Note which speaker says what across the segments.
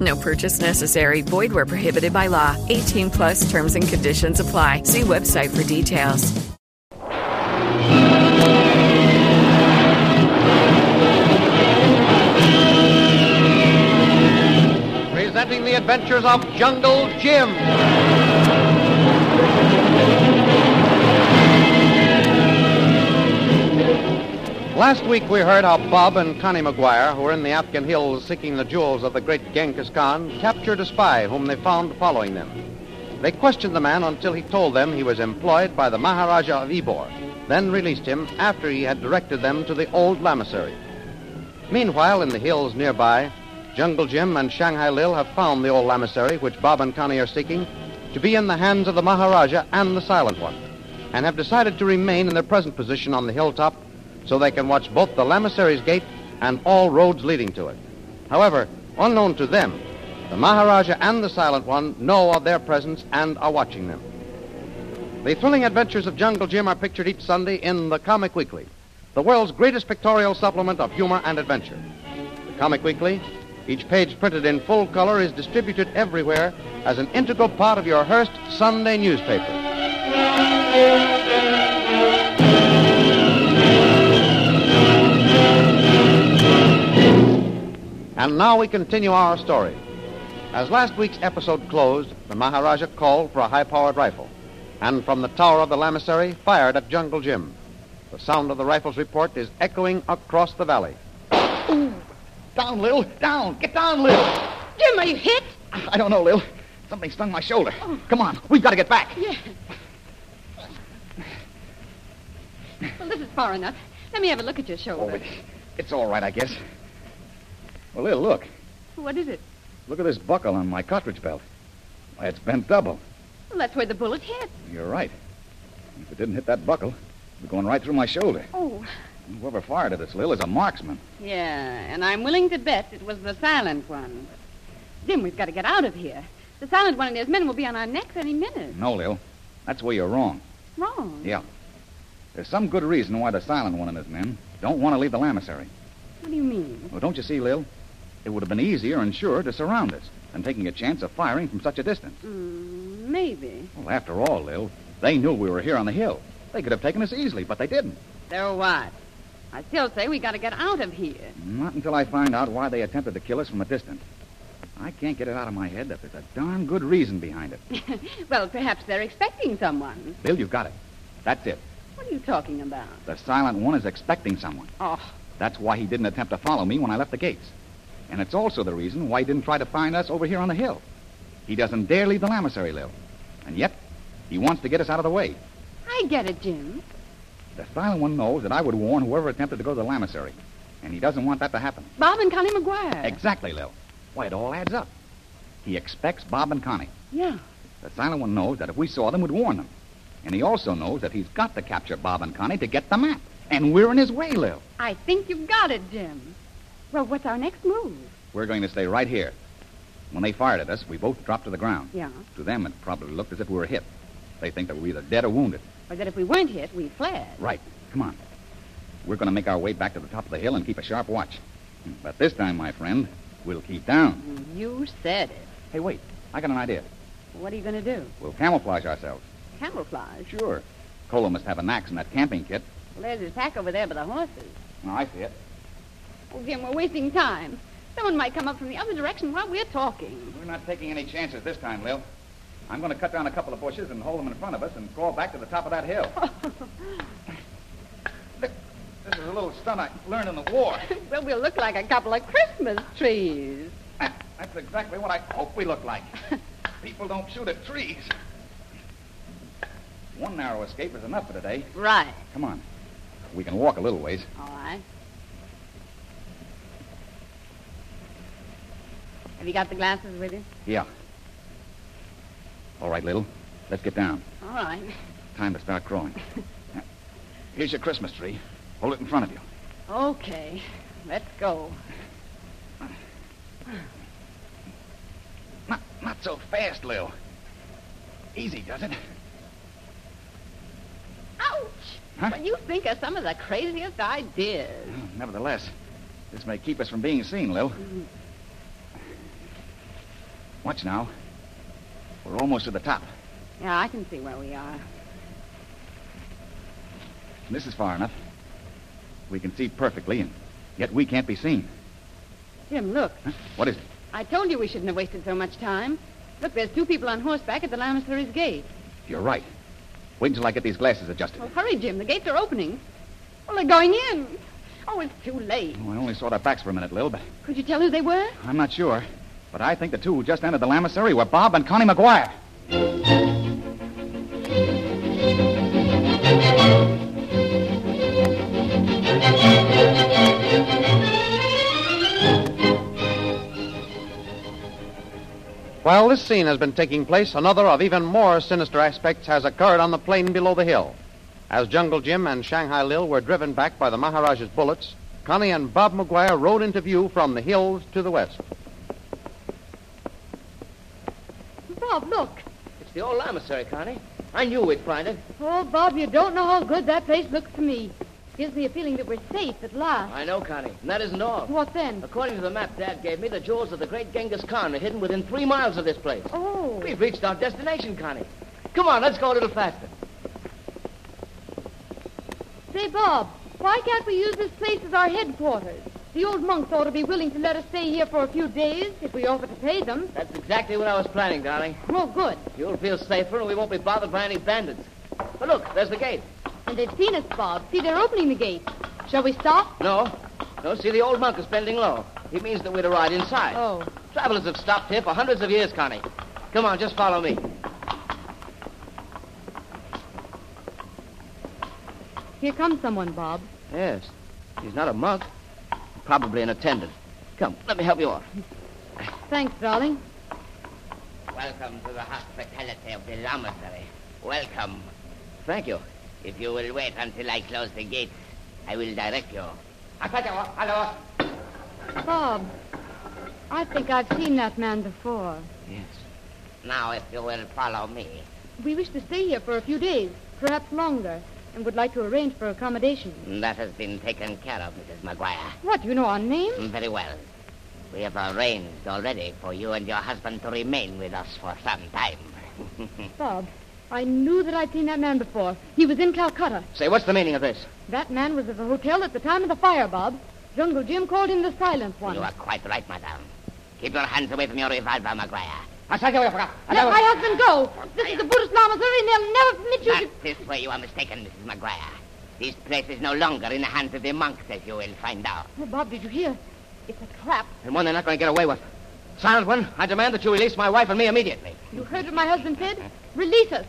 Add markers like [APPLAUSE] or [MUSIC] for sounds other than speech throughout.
Speaker 1: No purchase necessary. Void where prohibited by law. 18 plus terms and conditions apply. See website for details.
Speaker 2: presenting the adventures of Jungle Jim. Last week we heard how Bob and Connie McGuire, who were in the Afghan hills seeking the jewels of the great Genghis Khan, captured a spy whom they found following them. They questioned the man until he told them he was employed by the Maharaja of Ebor, then released him after he had directed them to the old lamasery. Meanwhile, in the hills nearby, Jungle Jim and Shanghai Lil have found the old lamasery, which Bob and Connie are seeking, to be in the hands of the Maharaja and the Silent One, and have decided to remain in their present position on the hilltop so they can watch both the lamasery's gate and all roads leading to it. However, unknown to them, the Maharaja and the Silent One know of their presence and are watching them. The thrilling adventures of Jungle Jim are pictured each Sunday in The Comic Weekly, the world's greatest pictorial supplement of humor and adventure. The Comic Weekly, each page printed in full color, is distributed everywhere as an integral part of your Hearst Sunday newspaper. And now we continue our story. As last week's episode closed, the Maharaja called for a high-powered rifle, and from the tower of the lamasery, fired at Jungle Jim. The sound of the rifle's report is echoing across the valley.
Speaker 3: Down, Lil. Down. Get down, Lil. Ah,
Speaker 4: Jim, are you hit? Oh.
Speaker 3: I don't know, Lil. Something stung my shoulder. Come on. We've got to get back.
Speaker 4: Well, this is far enough. Let me have a look at your shoulder.
Speaker 3: It's all right, I guess. Well, Lil, look.
Speaker 4: What is it?
Speaker 3: Look at this buckle on my cartridge belt. Why, it's bent double.
Speaker 4: Well, that's where the bullet hit.
Speaker 3: You're right. If it didn't hit that buckle, it'd be going right through my shoulder.
Speaker 4: Oh.
Speaker 3: Whoever fired at us, Lil, is a marksman.
Speaker 4: Yeah, and I'm willing to bet it was the silent one. Jim, we've got to get out of here. The silent one and his men will be on our necks any minute.
Speaker 3: No, Lil. That's where you're wrong.
Speaker 4: Wrong.
Speaker 3: Yeah. There's some good reason why the silent one and his men don't want to leave the lamasery.
Speaker 4: What do you mean?
Speaker 3: Well, don't you see, Lil? It would have been easier and surer to surround us than taking a chance of firing from such a distance.
Speaker 4: Mm, maybe.
Speaker 3: Well, after all, Lil, they knew we were here on the hill. They could have taken us easily, but they didn't.
Speaker 4: So what? I still say we got to get out of here.
Speaker 3: Not until I find out why they attempted to kill us from a distance. I can't get it out of my head that there's a darn good reason behind it.
Speaker 4: well, perhaps they're expecting someone.
Speaker 3: Lil, you've got it. That's it.
Speaker 4: What are you talking about?
Speaker 3: The silent one is expecting someone.
Speaker 4: Oh,
Speaker 3: That's why he didn't attempt to follow me when I left the gates. And it's also the reason why he didn't try to find us over here on the hill. He doesn't dare leave the lamasery, Lil. And yet, he wants to get us out of the way.
Speaker 4: I get it, Jim.
Speaker 3: The silent one knows that I would warn whoever attempted to go to the lamasery. And he doesn't want that to happen.
Speaker 4: Bob and Connie McGuire.
Speaker 3: Exactly, Lil. Why, it all adds up. He expects Bob and Connie.
Speaker 4: yeah.
Speaker 3: The silent one knows that if we saw them, we'd warn them. And he also knows that he's got to capture Bob and Connie to get the map. And we're in his way, Lil.
Speaker 4: I think you've got it, Jim. Well, what's our next move?
Speaker 3: We're going to stay right here. When they fired at us, we both dropped to the ground.
Speaker 4: Yeah.
Speaker 3: To them, it probably looked as if we were hit. They think that we're either dead or wounded.
Speaker 4: Or that if we weren't hit, we fled.
Speaker 3: Right. Come on. We're going to make our way back to the top of the hill and keep a sharp watch. But this time, my friend, we'll keep down.
Speaker 4: You said it.
Speaker 3: Hey, wait. I got an idea.
Speaker 4: What are you going to do?
Speaker 3: We'll camouflage ourselves.
Speaker 4: Camouflage?
Speaker 3: Sure. Cola must have an axe in that camping kit.
Speaker 4: Well, there's his pack over there by the horses.
Speaker 3: Now, I see it.
Speaker 4: Oh, Jim, we're wasting time. Someone might come up from the other direction while we're talking. [LAUGHS]
Speaker 3: We're not taking any chances this time, Lil. I'm going to cut down a couple of bushes and hold them in front of us and crawl back to the top of that hill. Look, this is a little stunt I learned in the war.
Speaker 4: Well, we'll look like a couple of Christmas trees.
Speaker 3: That- That's exactly what I hope we look like. People don't shoot at trees. One narrow escape is enough for today.
Speaker 4: Right.
Speaker 3: Come on. We can walk a little ways.
Speaker 4: All right. Have you got the glasses with you?
Speaker 3: Yeah. All right, little. Let's get down.
Speaker 4: All right.
Speaker 3: Time to
Speaker 4: [LAUGHS]
Speaker 3: start crawling. Now, Here's your Christmas tree. Hold it in front of you.
Speaker 4: Okay. Let's go.
Speaker 3: Not, not so fast, Lil. Easy, does it?
Speaker 4: Ouch!
Speaker 3: Huh?
Speaker 4: Well, you think of some of the craziest ideas.
Speaker 3: Nevertheless, this may keep us from being seen, Lil. Watch now. We're almost to the top.
Speaker 4: Yeah, I can see where we are.
Speaker 3: This is far enough. We can see perfectly, and yet we can't be seen.
Speaker 4: Jim, look.
Speaker 3: Huh? What is it?
Speaker 4: I told you we shouldn't have wasted so much time. Look, there's two people on horseback at the Lamasseries gate.
Speaker 3: You're right. Wait until I get these glasses adjusted.
Speaker 4: Well, hurry, Jim. The gates are opening. Well, they're going in. Oh, it's too late.
Speaker 3: Oh, I only saw their backs for a minute, Lil, but
Speaker 4: Could you tell who they were?
Speaker 3: I'm not sure. But I think the two who just entered the Lamasery were Bob and Connie McGuire.
Speaker 2: While this scene has been taking place, another of even more sinister aspects has occurred on the plain below the hill. As Jungle Jim and Shanghai Lil were driven back by the Maharaja's bullets, Connie and Bob McGuire rode into view from the hills to the west.
Speaker 4: Bob, look.
Speaker 5: It's the old Oh, Lamasery, Connie. I knew we'd find it.
Speaker 4: Oh, Bob, you don't know how good that place looks to me. Gives me a feeling that we're safe at last.
Speaker 5: I know, Connie. And that isn't all.
Speaker 4: What then?
Speaker 5: According to the map Dad gave me, the jewels of the great Genghis Khan are hidden within three miles of this place.
Speaker 4: Oh.
Speaker 5: We've reached our destination, Connie. Come on, let's go a little faster.
Speaker 4: Say, Bob, why can't we use this place as our headquarters? The old monks ought to be willing to let us stay here for a few days if we offer to pay them.
Speaker 5: That's exactly what I was planning, darling.
Speaker 4: Oh, good.
Speaker 5: You'll feel safer and we won't be bothered by any bandits. But look, there's the gate.
Speaker 4: And they've seen us, Bob. See, they're opening the gate. Shall we stop?
Speaker 5: No? No, see, the old monk is bending low. He means that we're to ride inside.
Speaker 4: Oh.
Speaker 5: Travelers have stopped here for hundreds of years, Connie. Come on, just follow me.
Speaker 4: Here comes someone, Bob.
Speaker 5: Yes. He's not a monk. Probably an attendant. Come, let me help you off.
Speaker 4: Thanks, darling.
Speaker 5: Welcome to the hospitality of the Lamasery. Welcome. Thank you. If you will wait until I close the gates, I will direct you. Hello.
Speaker 4: Bob, I think I've seen that man before.
Speaker 5: Yes. Now, if you will follow me.
Speaker 4: We wish to stay here for a few days, perhaps longer, and would like to arrange for accommodations.
Speaker 5: That has been taken care of, Mrs. McGuire.
Speaker 4: What, you know our name?
Speaker 5: Mm, Very well. We have arranged already for you and your husband to remain with us for some time. [LAUGHS]
Speaker 4: Bob, I knew that I'd seen that man before. He was in Calcutta.
Speaker 5: Say, what's the meaning of this?
Speaker 4: That man was at the hotel at the time of the fire, Bob. Jungle Jim called him the silent one.
Speaker 5: You are quite right, madame. Keep your hands away from your revolver, McGuire.
Speaker 4: Let my husband go. This is the Buddhist Lama, sir, and they'll never permit you
Speaker 5: That
Speaker 4: to...
Speaker 5: is where you are mistaken, Mrs. Maguire. This place is no longer in the hands of the monks, as you will find out.
Speaker 4: Oh, Bob, did you hear? It's a trap.
Speaker 5: And one they're not going to get away with. Silent one, I demand that you release my wife and me immediately.
Speaker 4: You heard what my husband said? Release us.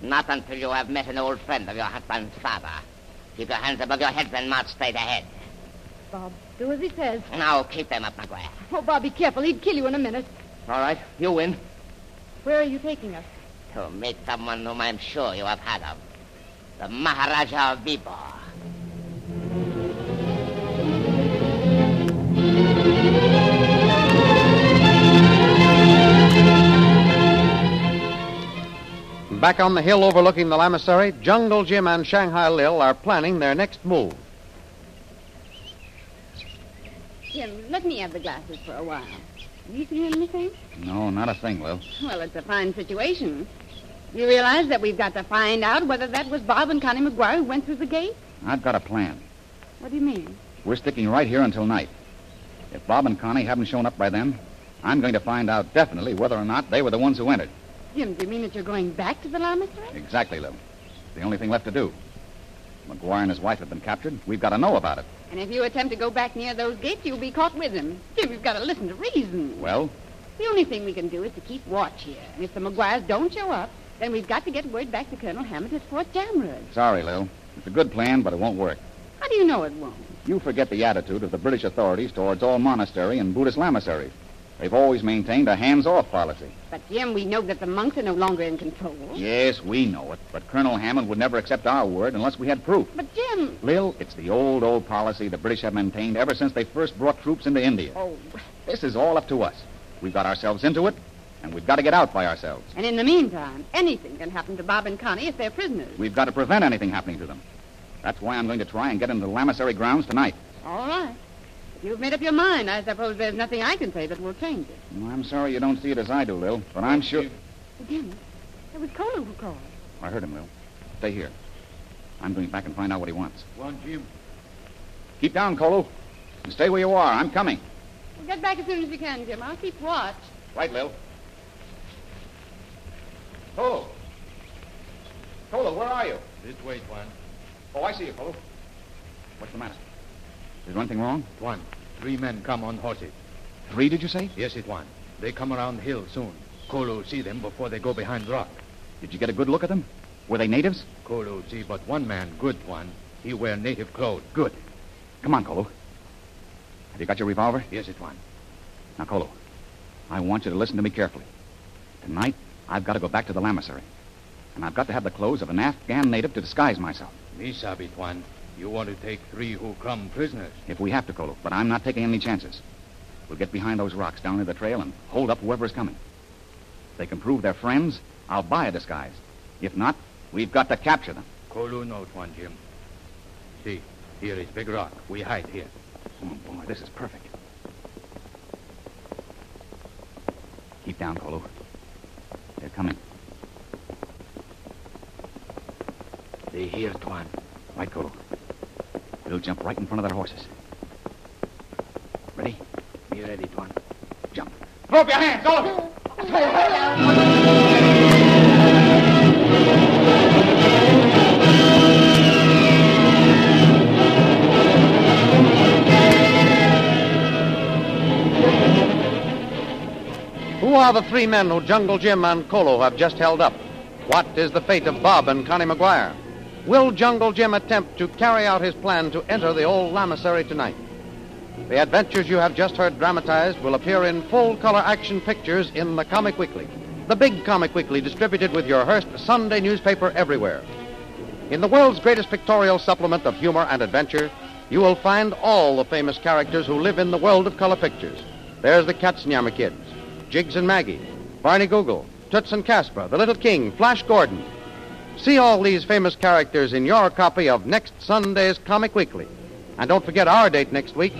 Speaker 5: Not until you have met an old friend of your husband's father. Keep your hands above your heads and march straight ahead.
Speaker 4: Bob, do as he says.
Speaker 5: Now keep them up, Maguire.
Speaker 4: Oh, Bob, be careful. He'd kill you in a minute.
Speaker 5: All right, you win.
Speaker 4: Where are you taking us?
Speaker 5: To meet someone whom I'm sure you have heard of. The Maharaja of Bibor.
Speaker 2: Back on the hill overlooking the Lamasery, Jungle Jim and Shanghai Lil are planning their next move.
Speaker 4: Jim, let me have the glasses for a while. You see anything?
Speaker 3: No, not a thing, Lil.
Speaker 4: Well, it's a fine situation. You realize that we've got to find out whether that was Bob and Connie McGuire who went through the gate?
Speaker 3: I've got a plan.
Speaker 4: What do you mean?
Speaker 3: We're sticking right here until night. If Bob and Connie haven't shown up by then, I'm going to find out definitely whether or not they were the ones who entered.
Speaker 4: Jim, do you mean that you're going back to the Lamasery?
Speaker 3: Exactly, Lil. It's the only thing left to do. McGuire and his wife have been captured. We've got to know about it.
Speaker 4: And if you attempt to go back near those gates, you'll be caught with them. Jim, you've got to listen to reason.
Speaker 3: Well,
Speaker 4: The only thing we can do is to keep watch here. And if the McGuires don't show up, then we've got to get word back to Colonel Hammett at Fort Jamrud.
Speaker 3: sorry, Lil. It's a good plan, but it won't work.
Speaker 4: How do you know it won't?
Speaker 3: You forget the attitude of the British authorities towards all monastery and Buddhist lamaseries. They've always maintained a hands-off policy.
Speaker 4: But, Jim, we know that the monks are no longer in control.
Speaker 3: Yes, we know it, but Colonel Hammond would never accept our word unless we had proof.
Speaker 4: But, Jim.
Speaker 3: Lil, it's the old, old policy the British have maintained ever since they first brought troops into India.
Speaker 4: Oh.
Speaker 3: This is all up to us. We've got ourselves into it, and we've got to get out by ourselves.
Speaker 4: And in the meantime, anything can happen to Bob and Connie if they're prisoners.
Speaker 3: We've got to prevent anything happening to them. That's why I'm going to try and get into the Lamasery grounds tonight.
Speaker 4: All right. If you've made up your mind, I suppose there's nothing I can say that will change it.
Speaker 3: Well, I'm sorry you don't see it as I do, Lil, but I'm sure.
Speaker 4: Jim, it was Kolo who called.
Speaker 3: I heard him, Lil. Stay here. I'm going back and find out what he wants.
Speaker 6: One Jim.
Speaker 3: Keep down, Kolo. And stay where you are. I'm coming.
Speaker 4: Well, get back as soon as you can, Jim. I'll keep watch.
Speaker 3: Right, Lil. Kolo. Kolo, where are you?
Speaker 6: This way, Juan.
Speaker 3: Oh, I see you, Kolo. What's the matter? Is there anything wrong?
Speaker 6: Juan, three men come on horses.
Speaker 3: Three, did you say?
Speaker 6: Yes, it Juan. They come around hill soon. Colo see them before they go behind rock.
Speaker 3: Did you get a good look at them? Were they natives?
Speaker 6: Colo see but one man, good one. He wear native clothes, good.
Speaker 3: Come on, Kolo. Have you got your revolver?
Speaker 6: Yes, it Juan.
Speaker 3: Now, Kolo, I want you to listen to me carefully. Tonight, I've got to go back to the Lamasery. And I've got to have the clothes of an Afghan native to disguise myself.
Speaker 6: Me sabe it Juan. You want to take three who come prisoners.
Speaker 3: If we have to, Kolo, but I'm not taking any chances. We'll get behind those rocks down near the trail and hold up whoever is coming. If they can prove they're friends, I'll buy a disguise. If not, we've got to capture them.
Speaker 6: Colo knows Juan Jim. See, here is big rock. We hide here.
Speaker 3: Oh, boy, this is perfect. Keep down, Kolo. They're coming.
Speaker 6: They here, Juan.
Speaker 3: Right, Kolo. We'll jump right in front of their horses. Ready?
Speaker 6: Me ready, Juan.
Speaker 3: Jump. Throw up your hands, all of you!
Speaker 2: Who are the three men who Jungle Jim and Kolo have just held up? What is the fate of Bob and Connie McGuire? Will Jungle Jim attempt to carry out his plan to enter the old Lamasery tonight? The adventures you have just heard dramatized will appear in full color action pictures in the Comic Weekly, the big Comic Weekly distributed with your Hearst Sunday newspaper everywhere. In the world's greatest pictorial supplement of humor and adventure, you will find all the famous characters who live in the world of color pictures. There's the Katzenjammer Kids, Jiggs and Maggie, Barney Google, Toots and Casper, The Little King, Flash Gordon. See all these famous characters in your copy of next Sunday's Comic Weekly. And don't forget our date next week,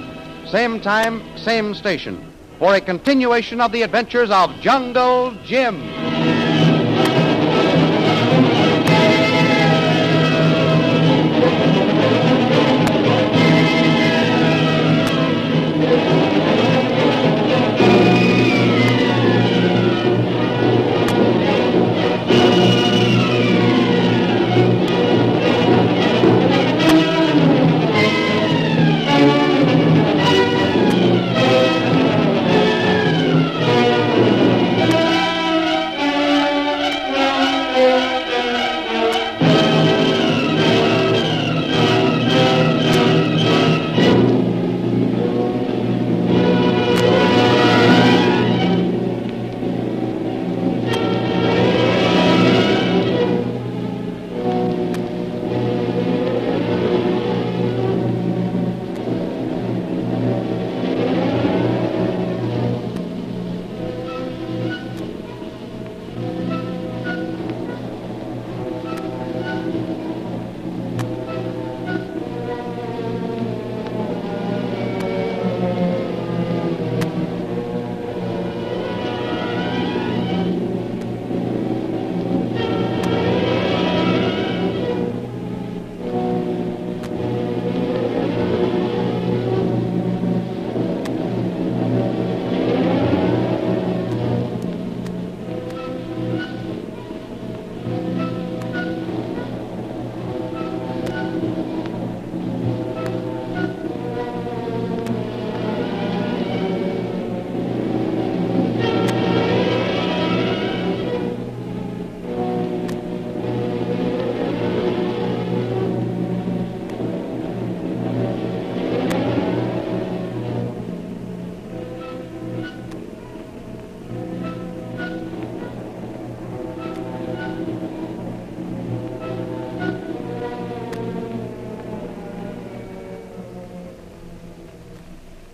Speaker 2: same time, same station, for a continuation of the adventures of Jungle Jim.